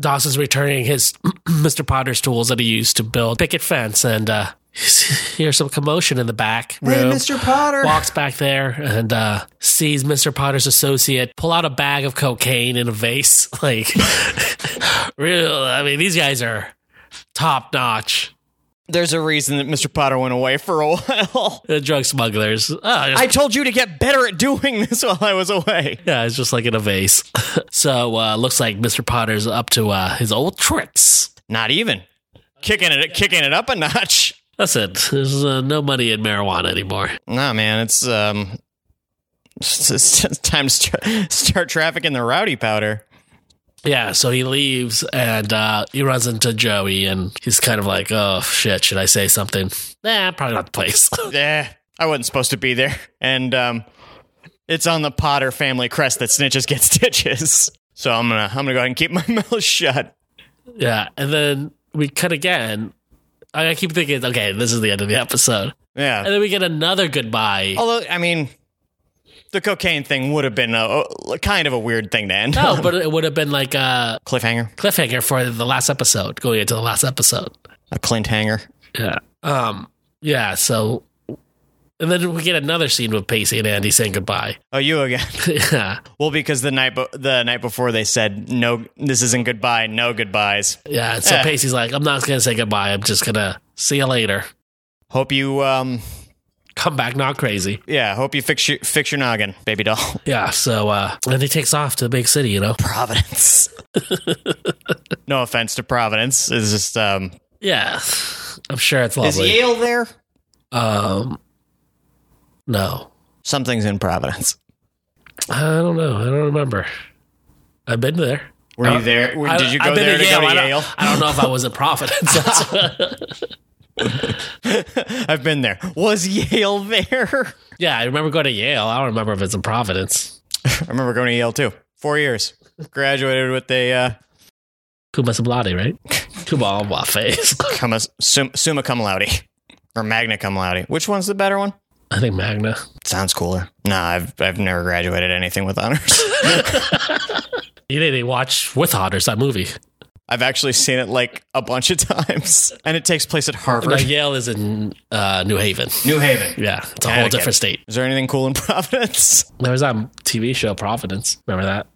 Speaker 1: Dawson's returning his Mr. Potter's tools that he used to build picket fence and uh, hears some commotion in the back room.
Speaker 3: Potter.
Speaker 1: Walks back there and uh, sees Mr. Potter's associate pull out a bag of cocaine in a vase. Like, real. I mean, these guys are top notch.
Speaker 3: There's a reason that Mr. Potter went away for a while.
Speaker 1: The drug smugglers. Oh, just
Speaker 3: I told you to get better at doing this while I was away.
Speaker 1: Yeah, it's just like in a vase. so uh, looks like Mr. Potter's up to uh, his old tricks.
Speaker 3: Not even kicking it, kicking it up a notch.
Speaker 1: That's it. There's uh, no money in marijuana anymore.
Speaker 3: Nah, man, it's um, it's, it's it's time to start, start trafficking the rowdy powder.
Speaker 1: Yeah, so he leaves and uh, he runs into Joey and he's kind of like, oh shit, should I say something? Nah, probably not the place.
Speaker 3: Eh, I wasn't supposed to be there, and um, it's on the Potter family crest that snitches get stitches. So I'm gonna I'm gonna go ahead and keep my mouth shut.
Speaker 1: yeah, and then we cut again. I I keep thinking, okay, this is the end of the episode.
Speaker 3: Yeah,
Speaker 1: And then we get another goodbye.
Speaker 3: Although, I mean, the cocaine thing would have been a, a- kind of a weird thing to end.
Speaker 1: No,
Speaker 3: on.
Speaker 1: but it would have been like a
Speaker 3: cliffhanger,
Speaker 1: cliffhanger for the last episode, going into the last episode.
Speaker 3: a Clint hanger.
Speaker 1: Yeah. Um. Yeah. So, and then we get another scene with Pacey and Andy saying goodbye.
Speaker 3: Oh, you again?
Speaker 1: yeah.
Speaker 3: Well, because the night be- the night before they said no, this isn't goodbye, no goodbyes.
Speaker 1: Yeah. and So
Speaker 3: Eh.
Speaker 1: Pacey's like, I'm not gonna say goodbye. I'm just gonna see you later.
Speaker 3: Hope you, um,
Speaker 1: Come back, not crazy.
Speaker 3: yeah, hope you fix your fix your noggin, baby doll.
Speaker 1: Yeah. So, uh, and he takes off to the big city. You know.
Speaker 3: Providence. no offense to Providence. It's just um,
Speaker 1: Yeah. I'm sure it's
Speaker 3: is
Speaker 1: lovely.
Speaker 3: Yale there?
Speaker 1: um. No,
Speaker 3: Something's in Providence.
Speaker 1: I don't know. I don't remember. I've been there.
Speaker 3: Were you there?
Speaker 1: I-
Speaker 3: Did you go
Speaker 1: I've been
Speaker 3: there to go to
Speaker 1: I don't-
Speaker 3: Yale?
Speaker 1: I don't know if I was at Providence. That's-
Speaker 3: I've been there. Was Yale there?
Speaker 1: yeah, I remember going to Yale. I don't remember if it's in Providence.
Speaker 3: I remember going to Yale too. Four years. Graduated with a uh,
Speaker 1: Kuma Sublati, right? Kuma on my face.
Speaker 3: cum, sum, summa cum laude or magna cum laude. Which one's the better one?
Speaker 1: I think Magna.
Speaker 3: Sounds cooler. Nah, I've I've never graduated anything with honors.
Speaker 1: You didn't even watch with honors that movie.
Speaker 3: I've actually seen it like a bunch of times, and it takes place at
Speaker 1: Now,
Speaker 3: Harvard,
Speaker 1: Yale is in uh, New Haven.
Speaker 3: New Haven.
Speaker 1: Yeah, it's a whole
Speaker 3: Connecticut.
Speaker 1: different state.
Speaker 3: Is there anything cool in Providence?
Speaker 1: There was that TV show Providence. Remember that?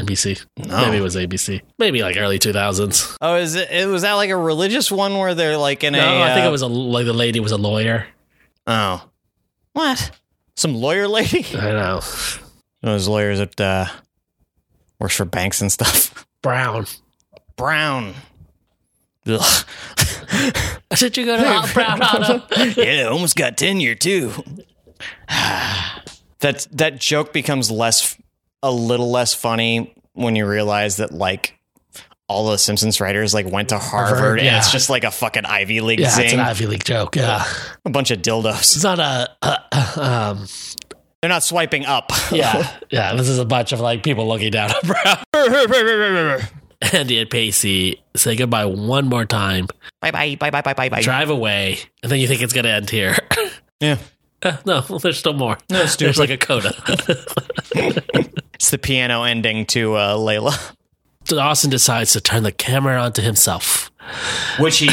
Speaker 1: NBC.
Speaker 3: No.
Speaker 1: Maybe it was ABC. Maybe like early 2000s.
Speaker 3: Oh, is it, it was that like a religious one where they're like in
Speaker 1: No,
Speaker 3: a?
Speaker 1: I think
Speaker 3: uh,
Speaker 1: it was a, like the lady was a lawyer.
Speaker 3: Oh, what? Some lawyer lady.
Speaker 1: I know.
Speaker 3: Those lawyers that uh, works for banks and stuff.
Speaker 1: Brown.
Speaker 3: Brown. Ugh.
Speaker 1: Should you go to Brown Auto?
Speaker 3: yeah, almost got tenure too. that that joke becomes less a little less funny when you realize that like all the Simpsons writers like went to Harvard,
Speaker 1: Harvard,
Speaker 3: and it's
Speaker 1: yeah.
Speaker 3: just like a fucking Ivy League
Speaker 1: Yeah, it's
Speaker 3: zing,
Speaker 1: an Ivy League joke. Yeah.
Speaker 3: a bunch of dildos.
Speaker 1: It's not a. Uh, um,
Speaker 3: They're not swiping up.
Speaker 1: yeah. Yeah. This is a bunch of like people looking down at Brown.
Speaker 3: That's
Speaker 1: and Aunt Pacey say goodbye one more time,
Speaker 3: Bye bye bye bye bye bye bye.
Speaker 1: drive away, and then you think it's going to end here.
Speaker 3: Yeah.
Speaker 1: Uh, no, there's still more. No,
Speaker 3: stupid.
Speaker 1: there's like a coda.
Speaker 3: It's the piano ending to uh, Layla,
Speaker 1: Dawson decides to turn the camera onto himself.
Speaker 3: which he,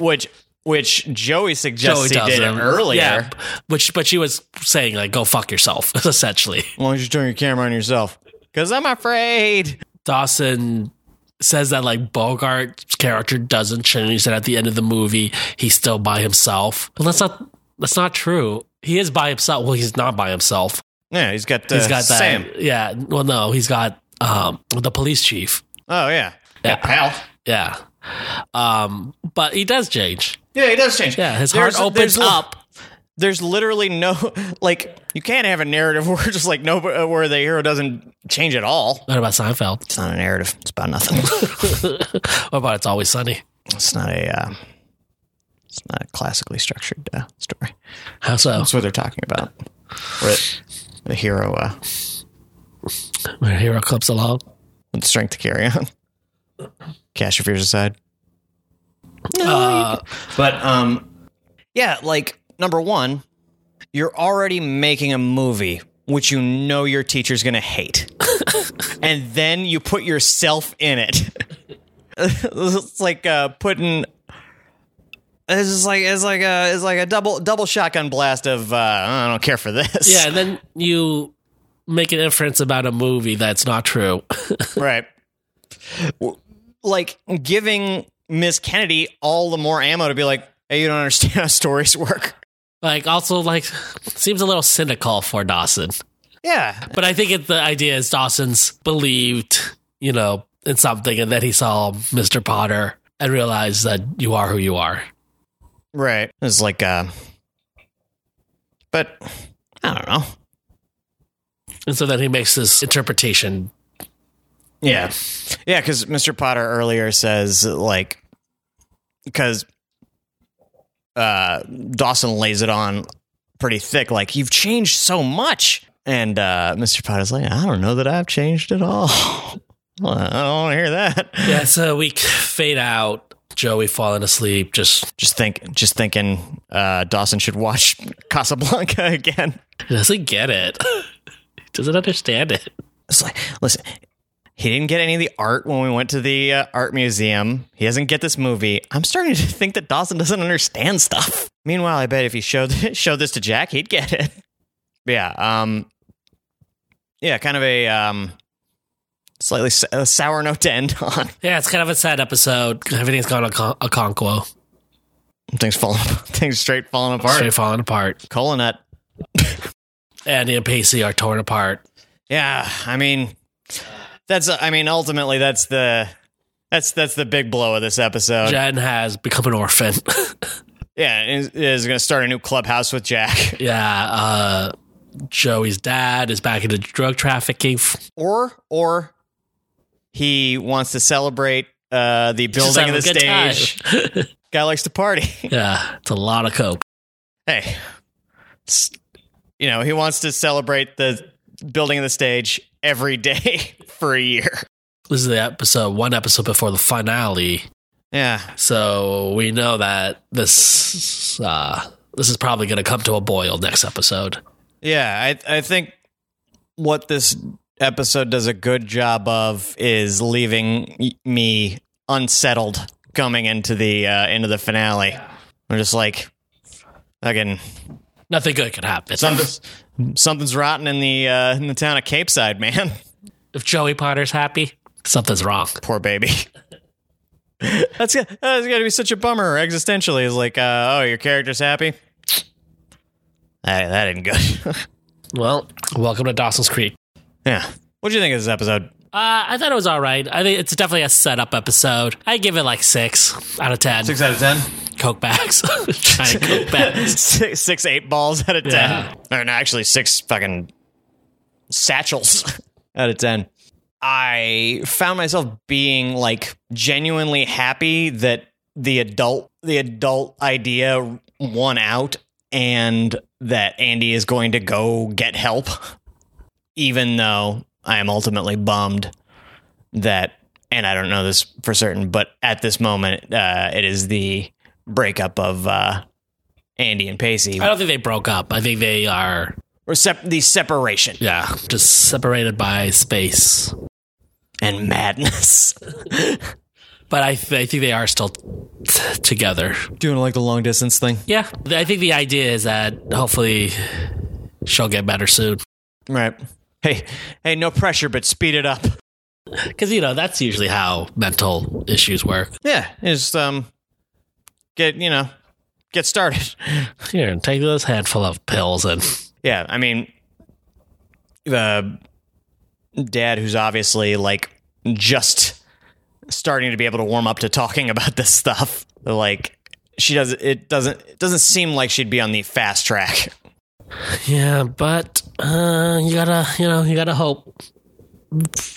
Speaker 3: which which Joey suggests he did
Speaker 1: doesn't.
Speaker 3: earlier.
Speaker 1: Yeah, which but she was saying like go fuck yourself essentially.
Speaker 3: Why don't you turn your camera on yourself? Because I'm afraid.
Speaker 1: Dawson says that like Bogart's character doesn't change that at the end of the movie he's still by himself. Well, that's not that's not true. He is by himself. Well, he's not by himself.
Speaker 3: Yeah, he's got. Uh,
Speaker 1: He's got that.
Speaker 3: Sam.
Speaker 1: Yeah. Well, no, he's got um the police chief.
Speaker 3: Oh yeah.
Speaker 1: Yeah.
Speaker 3: pal.
Speaker 1: Yeah. Um, but he does change.
Speaker 3: Yeah, he does change.
Speaker 1: Yeah, his
Speaker 3: There's-
Speaker 1: heart opens
Speaker 3: there's li-
Speaker 1: up.
Speaker 3: There's literally no like you can't have a narrative where just like no where the hero doesn't change at all.
Speaker 1: What about Seinfeld?
Speaker 3: It's not a narrative. It's about nothing.
Speaker 1: what about It's Always Sunny?
Speaker 3: it's not a. Uh, it's not a classically structured uh, story.
Speaker 1: How so?
Speaker 3: That's what they're talking about. Where the hero uh,
Speaker 1: Where a hero comes along.
Speaker 3: with the strength to carry on. Cash your fears aside.
Speaker 1: Uh,
Speaker 3: But um yeah, like number 1, you're already making a movie which you know your teacher's going to hate. and then you put yourself in it. it's like uh putting it's just like it's like a it's like a double double shotgun blast of uh, I don't care for this.
Speaker 1: yeah, and then you make an inference about a movie that's not true.
Speaker 3: right. W- Like giving Miss Kennedy all the more ammo to be like, hey, you don't understand how stories work.
Speaker 1: like, also, like, seems a little cynical for Dawson.
Speaker 3: Yeah,
Speaker 1: But I think it, the idea is Dawson's believed, you know, in something, and then he saw Mr. Potter and realized that you are who you are.
Speaker 3: right. It's like, uh, but I don't know.
Speaker 1: And so then he makes this interpretation.
Speaker 3: Yeah, yeah, because Mr. Potter earlier says like, because uh, Dawson lays it on pretty thick, like you've changed so much, and uh, Mr. Potter's like, I don't know that I've changed at all. Well, I don't want to hear that.
Speaker 1: Yeah, so we fade out. Joey falling asleep, just
Speaker 3: Just think, just thinking, uh, Dawson should watch Casablanca again.
Speaker 1: he doesn't get it. He doesn't understand it.
Speaker 3: It's like, listen, he didn't get any of the art when we went to the uh, art museum. He doesn't get this movie. I'm starting to think that Dawson doesn't understand stuff. Meanwhile, I bet if he showed showed this to Jack, he'd get it. Yeah. Um. Yeah, kind of a um, slightly s- a sour note to end on.
Speaker 1: Yeah, it's kind of a sad episode. Everything's gone a, con- a conquo.
Speaker 3: Things falling, things straight falling apart.
Speaker 1: Straight falling apart.
Speaker 3: Cola nut.
Speaker 1: Andy and Pacey are torn apart.
Speaker 3: Yeah, I mean, that's. I mean, ultimately, that's the that's that's the big blow of this episode.
Speaker 1: Jen has become an orphan.
Speaker 3: Yeah, is, is going to start a new clubhouse with Jack,
Speaker 1: yeah, uh, Joey's dad is back into drug trafficking. F-
Speaker 3: or or he wants to celebrate uh, the
Speaker 1: just
Speaker 3: building of the
Speaker 1: having a good
Speaker 3: stage. Guy likes to party.
Speaker 1: Yeah, it's a lot of coke.
Speaker 3: hey, s- you know he wants to celebrate the building of the stage every day for a year.
Speaker 1: This is the episode, one episode before the finale.
Speaker 3: Yeah,
Speaker 1: So we know that this uh, this is probably going to come to a boil next episode.
Speaker 3: Yeah, I I think what this episode does a good job of is leaving y- me unsettled coming into the uh, into the finale. I'm just like, again,
Speaker 1: Nothing good could happen.
Speaker 3: something's something's rotten in the uh, in the town of Cape Side, man.
Speaker 1: if Joey Potter's happy, something's wrong.
Speaker 3: Poor baby. That's go- that's got to be such a bummer existentially. Is like, uh, oh, your character's happy. That that ain't good.
Speaker 1: Well, welcome to Dawson's Creek.
Speaker 3: yeah. What do you think of this episode?
Speaker 1: Uh, I thought it was all right. I think it's definitely a setup episode. I give it like six out of ten.
Speaker 3: out of ten.
Speaker 1: Coke bags, giant Coke bags.
Speaker 3: six, six eight balls out of ten.
Speaker 1: Yeah.
Speaker 3: Or no, actually six fucking satchels out of ten. I found myself being like genuinely happy that the adult the adult idea won out and that Andy is going to go get help. Even though I am ultimately bummed that and I don't know this for certain, but at this moment, uh, it is the breakup of uh, Andy and Pacey,
Speaker 1: I don't think they broke up. I think they are,
Speaker 3: or sep- the separation
Speaker 1: yeah, just separated by space.
Speaker 3: and madness.
Speaker 1: But I, th- I think they are still t- together.
Speaker 3: Doing like the long distance thing,
Speaker 1: Yeah. I think the idea is that hopefully she'll get better soon.
Speaker 3: right? Hey, hey, no pressure, but speed it up.
Speaker 1: Because, you know, that's usually how mental issues work.
Speaker 3: Yeah, is um, get you know, get started.
Speaker 1: Here, and take this handful of pills and
Speaker 3: Yeah, I mean, the dad who's obviously like just starting to be able to warm up to talking about this stuff. Like she does it doesn't it doesn't seem like she'd be on the fast track.
Speaker 1: Yeah, but uh, you gotta, you know, you gotta hope.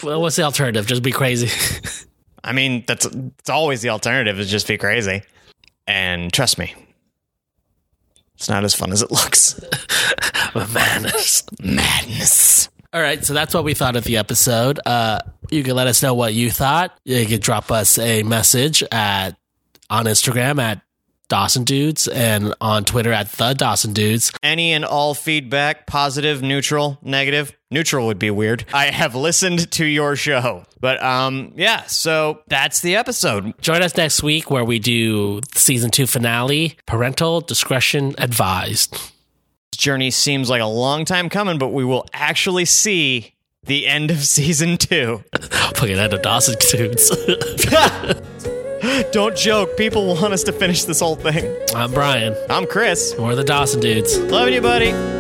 Speaker 1: Well, what's the alternative? Just be crazy.
Speaker 3: I mean, that's it's always the alternative is just be crazy. And trust me, it's not as fun as it looks.
Speaker 1: Man.
Speaker 3: Madness.
Speaker 1: All right, so that's what we thought of the episode. Uh, you can let us know what you thought. You can drop us a message at on Instagram at Dawson Dudes and on Twitter at the Dawson Dudes.
Speaker 3: any and all feedback, positive, neutral, negative. Neutral would be weird. I have listened to your show. But um yeah, so that's the episode.
Speaker 1: Join us next week where we do season two finale. Parental discretion advised.
Speaker 3: This journey seems like a long time coming, but we will actually see the end of season 2.
Speaker 1: Fucking end of Dawson Dudes.
Speaker 3: Don't joke. People want us to finish this whole thing.
Speaker 1: I'm Brian.
Speaker 3: I'm Chris.
Speaker 1: We're the Dawson Dudes.
Speaker 3: Loving you, buddy.